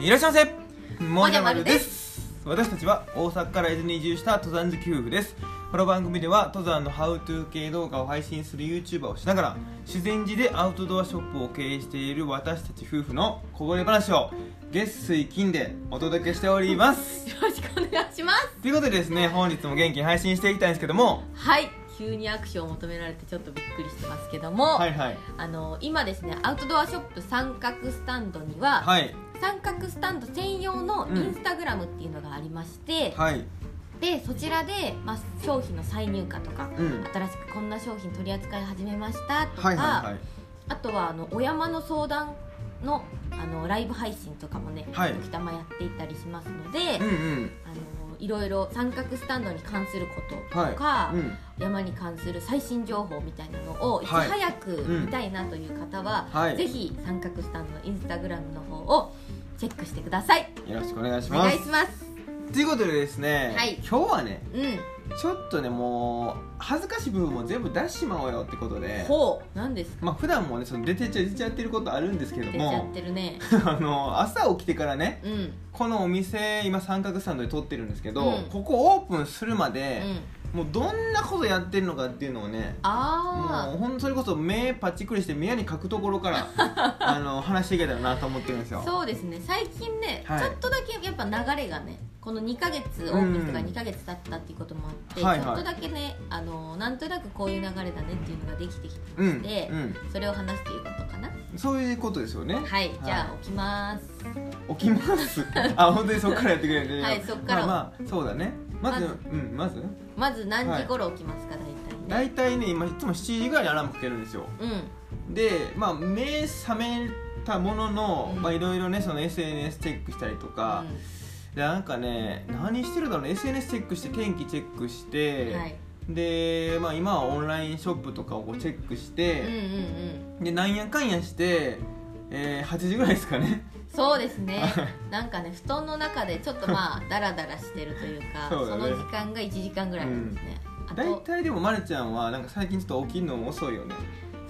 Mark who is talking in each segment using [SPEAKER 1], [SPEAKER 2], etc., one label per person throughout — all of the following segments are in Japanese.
[SPEAKER 1] いらっしゃいませ
[SPEAKER 2] もじゃまるです
[SPEAKER 1] 私たちは大阪から伊豆に移住した登山好き夫婦ですこの番組では登山のハウトゥー系動画を配信する YouTuber をしながら自然寺でアウトドアショップを経営している私たち夫婦のこぼれ話を月水金でお届けしております
[SPEAKER 2] よろしくお願いします
[SPEAKER 1] ということでですね本日も元気に配信していきたいんですけども
[SPEAKER 2] はい急に握手を求められてちょっとびっくりしてますけども、
[SPEAKER 1] はいはい
[SPEAKER 2] あの今ですねアウトドアショップ三角スタンドには、
[SPEAKER 1] はい
[SPEAKER 2] 三角スタンド専用の
[SPEAKER 1] うん
[SPEAKER 2] インスタグラムっていうのがありまして、
[SPEAKER 1] はい
[SPEAKER 2] でそちらで、まあ、商品の再入荷とか、
[SPEAKER 1] うん
[SPEAKER 2] 新しくこんな商品取り扱い始めましたとか、
[SPEAKER 1] はいはいはい
[SPEAKER 2] あとはあのお山の相談のあのライブ配信とかもね、
[SPEAKER 1] はい
[SPEAKER 2] 時たまやっていったりしますので、
[SPEAKER 1] うん
[SPEAKER 2] あの
[SPEAKER 1] うん
[SPEAKER 2] いろいろ三角スタンドに関することとか、
[SPEAKER 1] はいうん
[SPEAKER 2] 山に関する最新情報みたいなのをいち
[SPEAKER 1] はい
[SPEAKER 2] 早く見たいなという方は、
[SPEAKER 1] はい
[SPEAKER 2] ぜひ三角スタンドのインスタグラムの方をチェックしてください
[SPEAKER 1] よろしくお願いし
[SPEAKER 2] お
[SPEAKER 1] ま
[SPEAKER 2] 願
[SPEAKER 1] す
[SPEAKER 2] いします
[SPEAKER 1] ということでですね、
[SPEAKER 2] はい
[SPEAKER 1] 今日はね
[SPEAKER 2] うん
[SPEAKER 1] ちょっとねもう恥ずかしい部分も全部出しちまおうよってことで
[SPEAKER 2] ほう何ですか
[SPEAKER 1] まあ普段もねその出てちゃ出ちゃってることあるんですけど
[SPEAKER 2] 出ちゃっ
[SPEAKER 1] も
[SPEAKER 2] てるね
[SPEAKER 1] あの朝起きてからね
[SPEAKER 2] うんうん
[SPEAKER 1] このお店今三角スタンドで撮ってるんですけど、
[SPEAKER 2] うん
[SPEAKER 1] ここオープンするまで、もうどんなことやってるのかっていうのをねも
[SPEAKER 2] あ
[SPEAKER 1] うほんとそれこそ目パッチクリして目に書くところから あの話していけたらなと思ってるんです
[SPEAKER 2] あ
[SPEAKER 1] よ
[SPEAKER 2] そうですね最近ね、
[SPEAKER 1] はい
[SPEAKER 2] ちょっとだけやっぱ流れがねこの2ヶ月オープンとか
[SPEAKER 1] うん
[SPEAKER 2] 2ヶ月経ったっていうこともあって、
[SPEAKER 1] はいはい
[SPEAKER 2] ちょっとだけねあのなんとなくこういう流れだねっていうのができてきて、
[SPEAKER 1] うん、うん
[SPEAKER 2] でそれを話すということかな
[SPEAKER 1] そういうことですよね
[SPEAKER 2] はい、じゃ
[SPEAKER 1] は
[SPEAKER 2] あ起きます。
[SPEAKER 1] 起きます あ本当にそっからやってくれるね
[SPEAKER 2] はいそっか
[SPEAKER 1] まあ、
[SPEAKER 2] ら
[SPEAKER 1] まあ、そうだねまず
[SPEAKER 2] ま
[SPEAKER 1] うんまず
[SPEAKER 2] まず何時頃起きますか、大体ね。
[SPEAKER 1] 大体ね今いつも7時ぐらいにアラームかけるんですよ
[SPEAKER 2] うん、
[SPEAKER 1] でまあ目覚めたものの、
[SPEAKER 2] うん
[SPEAKER 1] まあいろいろねその SNS チェックしたりとか、でなんかね何してるだろうね SNS チェックして天気チェックし
[SPEAKER 2] うん
[SPEAKER 1] て、
[SPEAKER 2] はい。
[SPEAKER 1] でまあ今はオンラインショップとかをこうチェックし
[SPEAKER 2] うんうんう
[SPEAKER 1] て、
[SPEAKER 2] ん。
[SPEAKER 1] でなんやかんやして、えー、8時ぐらいですかね
[SPEAKER 2] そうで すね。なんかね布団の中でちょっとまあダラダラしてるというか、
[SPEAKER 1] そ
[SPEAKER 2] そう
[SPEAKER 1] だね
[SPEAKER 2] の時間が1時間ぐらいなんですね。あ
[SPEAKER 1] 大
[SPEAKER 2] と、
[SPEAKER 1] 体でもまるちゃんはなんか最近ちょっと起きるのも遅いよね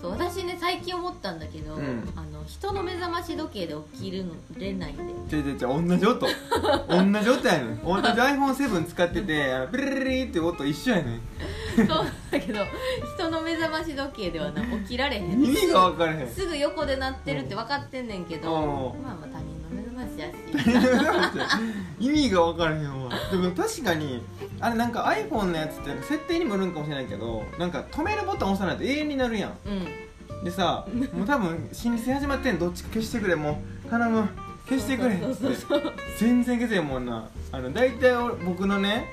[SPEAKER 2] そう私ね最近思ったんだけど、
[SPEAKER 1] うん
[SPEAKER 2] あの人の目覚まし時計で起きるのれないん で。
[SPEAKER 1] 違う違う違う同じ音同じ音やねん同じ iPhone7 使っててあのピリリリリって音一緒やねん
[SPEAKER 2] そうだけど人の目覚まし時計ではな起きられへん。
[SPEAKER 1] 意味が分 からへん
[SPEAKER 2] すぐ横で鳴ってるって分かってんねんけど、
[SPEAKER 1] うん
[SPEAKER 2] まあまあ他人の目覚ましやし
[SPEAKER 1] 意味が分からへんわでも確かにあれなんか iPhone のやつって設定にもよるんかもしれないけどなんか止めるボタン押さないと永遠になるやん
[SPEAKER 2] うん
[SPEAKER 1] でさもう多分心理戦始まってんどっちか消してくれもう頼む消してくれっ
[SPEAKER 2] そう
[SPEAKER 1] つ
[SPEAKER 2] そ
[SPEAKER 1] って
[SPEAKER 2] うそうそう
[SPEAKER 1] 全然消せへんもんなあの大体俺僕のね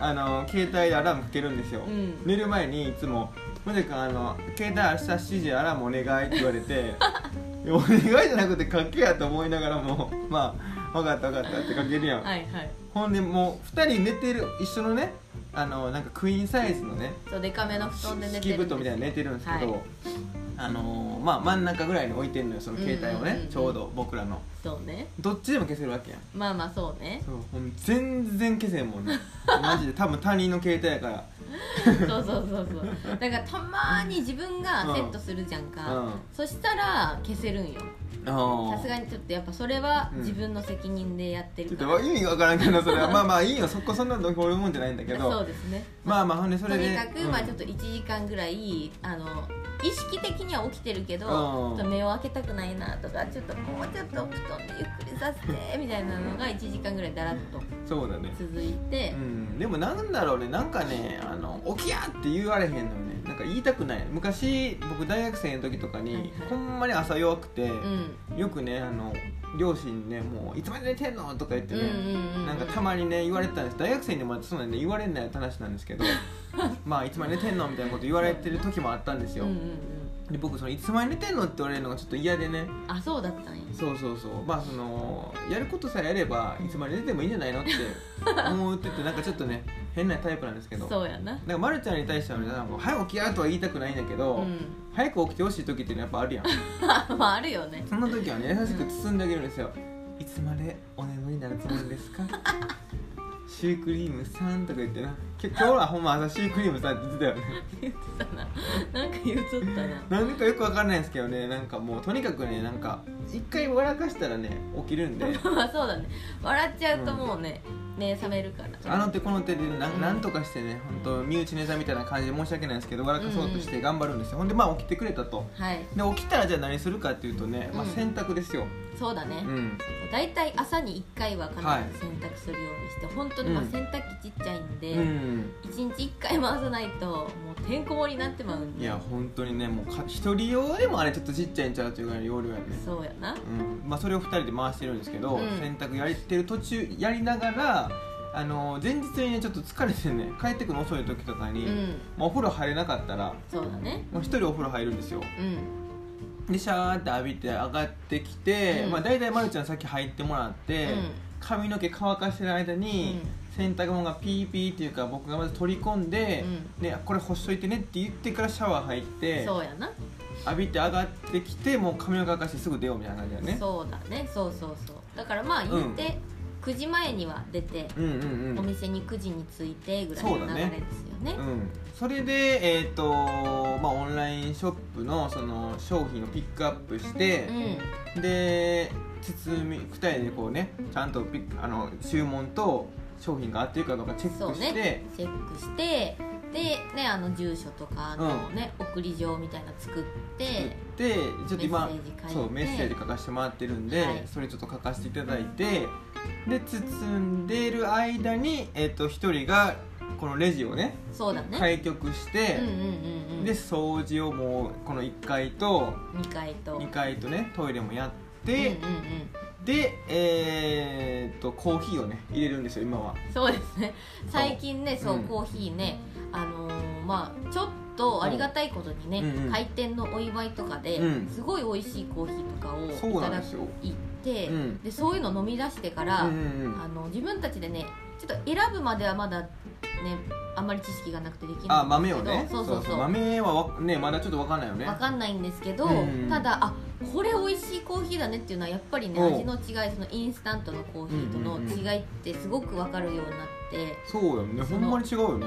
[SPEAKER 1] あの携帯でアラームかけるんですよ、
[SPEAKER 2] うん
[SPEAKER 1] 寝る前にいつも「まじくんあの携帯明日7時アラームお願い」って言われ て「お願いじゃなくてかけや」と思いながらもまあ分かった分かったってかけるやん、
[SPEAKER 2] はいはい
[SPEAKER 1] ほんでもう2人寝てる一緒のねあのなんかクイーンサイズのね
[SPEAKER 2] そうデカめの布団で寝て
[SPEAKER 1] 敷
[SPEAKER 2] る
[SPEAKER 1] 布団みたいなの寝てるんですけど、
[SPEAKER 2] はい
[SPEAKER 1] あのーまあ真ん中ぐらいに置いてんのよその携帯をね、
[SPEAKER 2] うんうんうんうん
[SPEAKER 1] ちょうど僕らの
[SPEAKER 2] そうね
[SPEAKER 1] どっちでも消せるわけやん
[SPEAKER 2] まあまあそ うね
[SPEAKER 1] そうもう全然消せんも んねマジで多分他人の携帯やから
[SPEAKER 2] そうそうそうそうだからたまーに自分がセットするじゃんか、
[SPEAKER 1] うん
[SPEAKER 2] そしたら消せるんよさ
[SPEAKER 1] さ
[SPEAKER 2] すがにちょっとやっぱそれは
[SPEAKER 1] うん
[SPEAKER 2] 自分の責任でやって
[SPEAKER 1] ちょ
[SPEAKER 2] る
[SPEAKER 1] っ
[SPEAKER 2] から、
[SPEAKER 1] と意味がわからんけどそれ はまあまあいいよそこそんなのこういうもんじゃないんだけ
[SPEAKER 2] そ
[SPEAKER 1] ど
[SPEAKER 2] うですね
[SPEAKER 1] まあまあほんでそ
[SPEAKER 2] と
[SPEAKER 1] れで
[SPEAKER 2] にかく、まあちょっ
[SPEAKER 1] と
[SPEAKER 2] と1時間ぐらいあの意識的には起きてるけど、
[SPEAKER 1] うん
[SPEAKER 2] ちょっと目を開けたくないなとかちょっともうちょっと布団でゆっくりさせてみたいなのが1時間ぐらいだらっと
[SPEAKER 1] そうだね
[SPEAKER 2] 続いて、
[SPEAKER 1] うんでもなんだろうねなんかねあの起きやって言われへんのよねなんか言いたくない昔僕大学生の時とかに、
[SPEAKER 2] はいはい
[SPEAKER 1] ほんまに朝弱くて、
[SPEAKER 2] うん
[SPEAKER 1] よくねあの両親にねもういつまで寝てんのとか言ってね、なんかた
[SPEAKER 2] ま
[SPEAKER 1] まにね言われてたんです大学生にもそんなね言われんないって話なんですけど まあいつまで寝てんのみたいなこと言われてる時もあったんですよ、
[SPEAKER 2] うんうんうん、
[SPEAKER 1] で僕そのいつまで寝てんのって言われるのがちょっと嫌でね
[SPEAKER 2] あそうだったんや
[SPEAKER 1] そうそうそうまあそのやることさえやればいつまで寝てもいいんじゃないのって思っててなんかちょっとね変なタイプなんですけど
[SPEAKER 2] そうやな
[SPEAKER 1] なんかまるちゃんに対してはねなんか早く起きやとは言いたくないんだけど、
[SPEAKER 2] うん
[SPEAKER 1] 早く起きてほしい時っていうのはやっぱあるやん
[SPEAKER 2] まああるよね
[SPEAKER 1] そんな時はね優しく包んであげるんですよいつまでお眠りになるつもりです かシュークリームさんとか言ってなきょ今日はほんま朝シュークリームさんって言ってたよね
[SPEAKER 2] 言ってたななんか言うとったな
[SPEAKER 1] なんかよくわかんないんですけどねなんかもうとにかくねなんか一回笑かしたらね起きるんで
[SPEAKER 2] まあそうだね笑っちゃうともうね、目覚めるから
[SPEAKER 1] あの手この手でなんなんとかしてね本当身内ネタみたいな感じで申し訳ないんですけど笑かそうとして頑張るんですよ、ほんでまあ起きてくれたと
[SPEAKER 2] はい
[SPEAKER 1] で起きたらじゃあ何するかっていうとね、まあ、
[SPEAKER 2] うん
[SPEAKER 1] 洗濯ですよ、
[SPEAKER 2] そうだね、
[SPEAKER 1] うん、
[SPEAKER 2] 大体朝に1回は必ず
[SPEAKER 1] はい
[SPEAKER 2] 洗濯するようにして、本当にまあ
[SPEAKER 1] うん
[SPEAKER 2] 洗濯機ちっちゃいんで、
[SPEAKER 1] うん、
[SPEAKER 2] 1日1回回さないともうてんこ盛りになってまうん
[SPEAKER 1] い
[SPEAKER 2] で
[SPEAKER 1] や本当にねもうか一人用でもあれちょっとちっちゃいんちゃうというぐらいの容量やね
[SPEAKER 2] そうやな
[SPEAKER 1] うんまあ、それを2人で回してるんですけど、
[SPEAKER 2] うん
[SPEAKER 1] 洗濯やってる途中やりながらあの前日にねちょっと疲れてね帰ってくるの遅い時とか
[SPEAKER 2] う
[SPEAKER 1] に、
[SPEAKER 2] ん
[SPEAKER 1] まあ、お風呂入れなかったら
[SPEAKER 2] そうだね
[SPEAKER 1] もう1人お風呂入るんですよ
[SPEAKER 2] うん
[SPEAKER 1] でシャーって浴びて上がってきて、
[SPEAKER 2] うん
[SPEAKER 1] まあ、大体まるちゃんさっき入ってもらって、
[SPEAKER 2] うん
[SPEAKER 1] 髪の毛乾かしてる間に、洗濯物がピーピーっていうか僕がまず取り込んで、ね、これ干しといてねって言ってからシャワー入って
[SPEAKER 2] そうやな、
[SPEAKER 1] 浴びて上がってきてもう髪を乾かしてすぐ出ようみたいな感じだよね
[SPEAKER 2] そうだねそうそうそうだからまあ言って、9時前には出て、
[SPEAKER 1] うんうんうん
[SPEAKER 2] お店に9時に着いてぐらいの流れですよね
[SPEAKER 1] うん、それで、えーとまあ、オンラインショップのその商品をピックアップして
[SPEAKER 2] う、ん
[SPEAKER 1] で包み2人でこうねちゃんとピックあの注文と商品が合ってるかどうかチェッ
[SPEAKER 2] そう
[SPEAKER 1] クして、
[SPEAKER 2] ねチェックしてでねあの住所とかのね、送り状みたいなの作って
[SPEAKER 1] 作ってちょっと今
[SPEAKER 2] メッセージ書いて
[SPEAKER 1] そうメッセージ書かせてもらってるんで、
[SPEAKER 2] はい
[SPEAKER 1] それちょっと書かせていただいてで包んでる間に、えー、と1人がこのレジをね
[SPEAKER 2] そうだね、
[SPEAKER 1] 開局して、
[SPEAKER 2] うんうんうんうん
[SPEAKER 1] で掃除をもうこの1階と
[SPEAKER 2] 2階と
[SPEAKER 1] 2階とねトイレもやって、
[SPEAKER 2] うんうんうん
[SPEAKER 1] でえーっとコーヒーをね入れるんですよ今は
[SPEAKER 2] そうですね最近ねそう、
[SPEAKER 1] うん
[SPEAKER 2] コーヒーねあのーまあちょっとありがたいことにね、
[SPEAKER 1] うんうん
[SPEAKER 2] 開店のお祝いとかで、
[SPEAKER 1] うん
[SPEAKER 2] すごい美味しいコーヒーとかを
[SPEAKER 1] そう
[SPEAKER 2] い
[SPEAKER 1] な
[SPEAKER 2] た
[SPEAKER 1] ん
[SPEAKER 2] だ
[SPEAKER 1] ですよ
[SPEAKER 2] いて
[SPEAKER 1] うん
[SPEAKER 2] でそういうの飲み出してから、
[SPEAKER 1] うんうん
[SPEAKER 2] あの自分たちでねちょっと選ぶまではまだねあんまり知識がなくてできないんですけど
[SPEAKER 1] あ豆をね
[SPEAKER 2] そうそうそう
[SPEAKER 1] 豆はわねまだちょっと分かんないよね
[SPEAKER 2] わかんないんですけど、
[SPEAKER 1] うん
[SPEAKER 2] ただあこれ美味しいコーヒーだねっていうのはやっぱりね
[SPEAKER 1] おう
[SPEAKER 2] 味の違いそのインスタントのコーヒーとの違いってすごく分かるようになって
[SPEAKER 1] そうよね
[SPEAKER 2] そ
[SPEAKER 1] ほ
[SPEAKER 2] の
[SPEAKER 1] んまに違うよね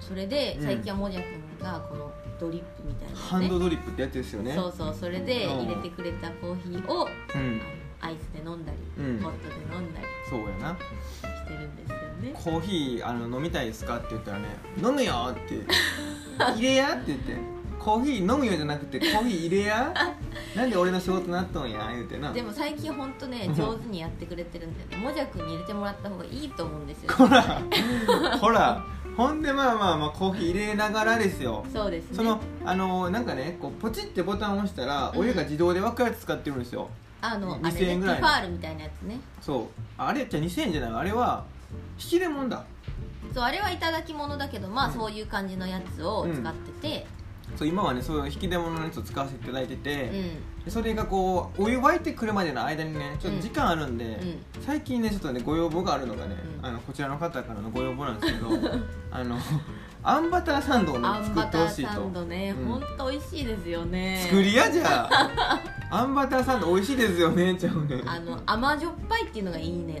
[SPEAKER 2] それで
[SPEAKER 1] うん
[SPEAKER 2] 最近はもじゃくんがこのドリップみたい
[SPEAKER 1] ハ
[SPEAKER 2] な
[SPEAKER 1] ン
[SPEAKER 2] の
[SPEAKER 1] ドド
[SPEAKER 2] ね
[SPEAKER 1] リップってやつですよね
[SPEAKER 2] そうそうそれで
[SPEAKER 1] うん
[SPEAKER 2] 入れてくれたコーヒーを
[SPEAKER 1] うん
[SPEAKER 2] あのアイスで飲んだり
[SPEAKER 1] うん
[SPEAKER 2] ホットで飲んだり
[SPEAKER 1] そうやな
[SPEAKER 2] してるんですよね
[SPEAKER 1] コーヒーあの飲みたいですかって言ったらね「飲むよ!」 って「入れや!」って言って「コーヒー飲むよ」じゃなくて「コーヒー入れや!」なんで俺の仕事なっとんや言うてな
[SPEAKER 2] でも最近ほんとね上手にやってくれてるんだよねもじゃくんに入れてもらった方がいいと思うんですよ
[SPEAKER 1] ほらほらほんでまあまあまあコーヒー入れながらですよ
[SPEAKER 2] そうですね
[SPEAKER 1] そのあのーなんかねこうポチってボタンを押したらお湯が自動で沸くやつ使ってるんですよ、
[SPEAKER 2] あのあれ
[SPEAKER 1] 2000
[SPEAKER 2] ね
[SPEAKER 1] 円
[SPEAKER 2] テ
[SPEAKER 1] ぐ
[SPEAKER 2] フ
[SPEAKER 1] らい
[SPEAKER 2] ァ
[SPEAKER 1] の
[SPEAKER 2] ールみたいなやつね
[SPEAKER 1] そうあれじゃあ2000円じゃないあれは引き出物だ
[SPEAKER 2] そうあれはいただき物だけどまあ、
[SPEAKER 1] うん
[SPEAKER 2] そういう感じのやつを使ってて
[SPEAKER 1] そう今はねそういう引き出物のやつを使わせていただいて
[SPEAKER 2] うん
[SPEAKER 1] て、それがこうお湯沸いてくるまでの間にねちょっと時間あるんで、
[SPEAKER 2] うん
[SPEAKER 1] 最近ねちょっとねご要望があるのがね、
[SPEAKER 2] うん
[SPEAKER 1] あのこちらの方からのご要望なんです けどあのあんバターサンドをね
[SPEAKER 2] あん
[SPEAKER 1] 作
[SPEAKER 2] バ
[SPEAKER 1] って
[SPEAKER 2] タ
[SPEAKER 1] ほ
[SPEAKER 2] ー
[SPEAKER 1] しい
[SPEAKER 2] サ
[SPEAKER 1] と
[SPEAKER 2] ンドね、
[SPEAKER 1] うん
[SPEAKER 2] ほんと美味しいですよね
[SPEAKER 1] 作りやじゃああんバターサンド美味しいですよねちゃうね
[SPEAKER 2] あの甘じょっぱいっていうのがいいねんなやっ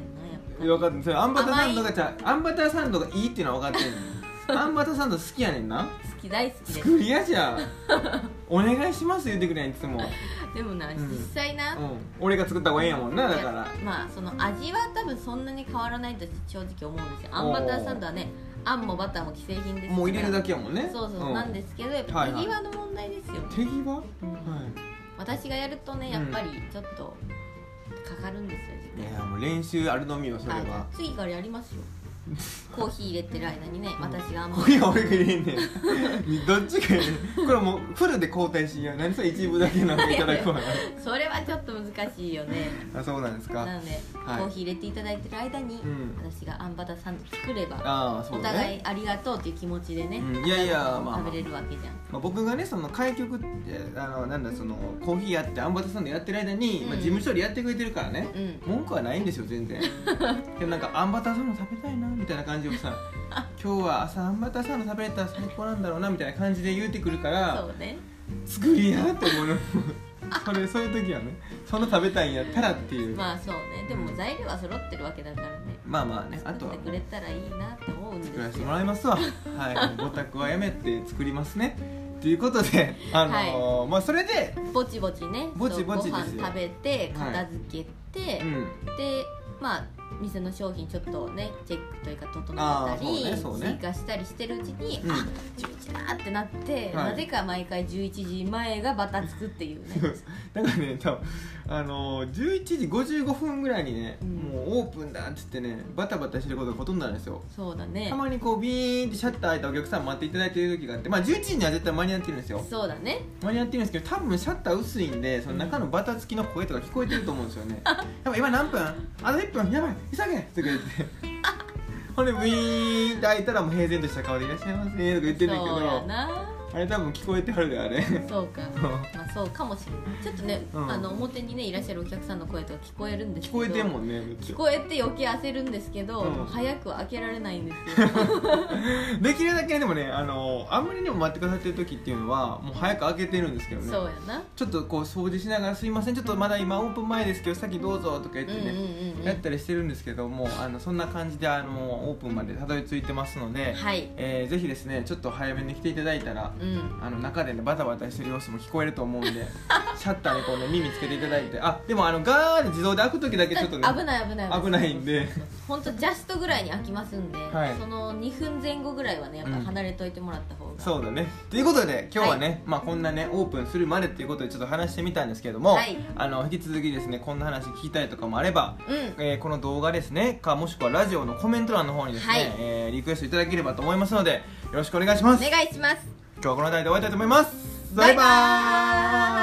[SPEAKER 2] ぱり
[SPEAKER 1] 分かってるそれあんバターサンドがじゃああんバターサンドがいいっていうのは分かってる のあんバターサンド好きやねんな
[SPEAKER 2] 好き大好きです
[SPEAKER 1] 作りやじゃあお願いします言ってくれんいつも、う
[SPEAKER 2] でもな、
[SPEAKER 1] ん
[SPEAKER 2] 実際な、
[SPEAKER 1] ん、俺が作った方がええんやもんなだか
[SPEAKER 2] い
[SPEAKER 1] ら
[SPEAKER 2] やまあその味は多分そんなに変わらないと正直思うんですよあんバターサンドはねあんもバターも既製品ですから
[SPEAKER 1] もう入れるだけやもんね
[SPEAKER 2] そうそう、なんですすけどやっ
[SPEAKER 1] は
[SPEAKER 2] ぱ
[SPEAKER 1] いはい
[SPEAKER 2] 手際の問題ですよね、
[SPEAKER 1] 手際は
[SPEAKER 2] うん私がやるとねやっぱりちょっとかかるんですよ時間
[SPEAKER 1] いいやもう練習あるのみよそれ
[SPEAKER 2] あ
[SPEAKER 1] は
[SPEAKER 2] 次からやります よコーヒー入れてる間にね私があんま
[SPEAKER 1] これは俺が入れんねん どっちか入れんこれもうフルで交代しよう何それ一部だけなんかいただくわ
[SPEAKER 2] それはちょっと難しいよね
[SPEAKER 1] あそうなんです
[SPEAKER 2] な
[SPEAKER 1] か
[SPEAKER 2] ので、
[SPEAKER 1] はい
[SPEAKER 2] コーヒー入れていただいてる間に、
[SPEAKER 1] うん
[SPEAKER 2] 私があんバターサンド作れば、
[SPEAKER 1] ああそう
[SPEAKER 2] お
[SPEAKER 1] だね
[SPEAKER 2] 互いありがとうっていう気持ちでね、
[SPEAKER 1] うんいやいや
[SPEAKER 2] 朝ご
[SPEAKER 1] ま
[SPEAKER 2] は
[SPEAKER 1] あ
[SPEAKER 2] ん食べれるわけじゃん、
[SPEAKER 1] まあ、僕がねその開局ってあのなんだそのコーヒーやってアンバターサンドやってる間に、
[SPEAKER 2] うん
[SPEAKER 1] まあ、事務処理やってくれてるからね、
[SPEAKER 2] うん
[SPEAKER 1] 文句はないんですよ全 然でもなんかアンバターサンド食べたいなみたいな感じを さ今日は朝アンバターサンド食べれたら最高なんだろうなみたいな感じで言うてくるから
[SPEAKER 2] そうね
[SPEAKER 1] 作りやって思うのそれそういう時はねそんな食べたいんやったらっていう、まあ、
[SPEAKER 2] まあそうねでも材料は揃ってるわけだからね
[SPEAKER 1] まあねあと
[SPEAKER 2] 作っ
[SPEAKER 1] は
[SPEAKER 2] てくれたらいいなって思うんです
[SPEAKER 1] 作らせて
[SPEAKER 2] よ
[SPEAKER 1] もらいますわはいご宅はやめて作りますねということで、あのーまあ、それで、
[SPEAKER 2] ぼちぼちね
[SPEAKER 1] ぼちぼち
[SPEAKER 2] そうご
[SPEAKER 1] ですよ
[SPEAKER 2] 飯食べて
[SPEAKER 1] はい
[SPEAKER 2] 片付けて、
[SPEAKER 1] うん、
[SPEAKER 2] でまあ店の商品ちょっとねチェックというか整えたり、
[SPEAKER 1] あーそうねそうね
[SPEAKER 2] 追加したりしてるうちに、
[SPEAKER 1] うん
[SPEAKER 2] あ11だってなって、
[SPEAKER 1] はい
[SPEAKER 2] なぜか毎回11時前がバタつくっていう ね
[SPEAKER 1] だからね多分あのー、11時55分ぐらいにね、
[SPEAKER 2] うん
[SPEAKER 1] もうオープンだっつってねバタバタしてることがほとんどなんですよ
[SPEAKER 2] そうだね
[SPEAKER 1] たまにこうビーンってシャッター開いたお客さん待っていただいてる時があってまあ11時には絶対間に合ってるんですよ
[SPEAKER 2] そうだね
[SPEAKER 1] 間に合ってるんですけど多分シャッター薄いんでその中のバタつきの声とか聞こえてると思うんですよ ねやっぱ今何分あと1分やばい急げとか 言ってほんでウィーンって開いたらもう平然とした顔で「いらっしゃいませ」とか言ってるんだけ
[SPEAKER 2] そうや
[SPEAKER 1] ど
[SPEAKER 2] な
[SPEAKER 1] あれ多分聞こえてはるであれ
[SPEAKER 2] そうか
[SPEAKER 1] そう
[SPEAKER 2] まあそうかもしれないちょっとね、
[SPEAKER 1] うん
[SPEAKER 2] あの表にねいらっしゃるお客さんの声とか聞こえるんで
[SPEAKER 1] 聞
[SPEAKER 2] すけど
[SPEAKER 1] こえてんもんねめっち
[SPEAKER 2] 聞
[SPEAKER 1] ゃ
[SPEAKER 2] こえて余計焦るんですけど、
[SPEAKER 1] うん
[SPEAKER 2] もう早く開けられないんですよ
[SPEAKER 1] できるだけねでもねあのあんまりにも待ってくださってる時っていうのはもう早く開けてるんですけどね
[SPEAKER 2] そうやな
[SPEAKER 1] ちょっとこう掃除しながら「すいませんちょっとまだ今オープン前ですけど先どうぞ」とか言ってね、
[SPEAKER 2] うんうんうんう
[SPEAKER 1] やっ
[SPEAKER 2] ん
[SPEAKER 1] たりしてるんですけどもあのそんな感じであのオープンまでたどり着いてますので、
[SPEAKER 2] はい
[SPEAKER 1] えーぜひですねちょっと早めに来ていただいたら、
[SPEAKER 2] うん
[SPEAKER 1] あの中でねバタバタしてる様子も聞こえると思うん でシャッターにこうね耳つけていただいてあでもあのガーって自動で開く時だけちょっとね
[SPEAKER 2] 危ない危ない
[SPEAKER 1] 危ないんで
[SPEAKER 2] 本当ジャストぐらいに開きますんで、
[SPEAKER 1] はい
[SPEAKER 2] その2分前後ぐらいはねやっぱ離れといてもらった方が、
[SPEAKER 1] そうだねということで今日はね、まあ、こんなねオープンするまでっていうことでちょっと話してみたんですけれども、
[SPEAKER 2] はい
[SPEAKER 1] あの引き続きですねこんな話聞きたいとかもあれば、
[SPEAKER 2] うん
[SPEAKER 1] えーこの動画ですねかもしくはラジオのコメント欄の方にですね、
[SPEAKER 2] はい
[SPEAKER 1] えーリクエストいただければと思いますのでよろしくお願いします
[SPEAKER 2] お願いします
[SPEAKER 1] 今日はこの辺りで終わりたいと思います
[SPEAKER 2] バイバーイ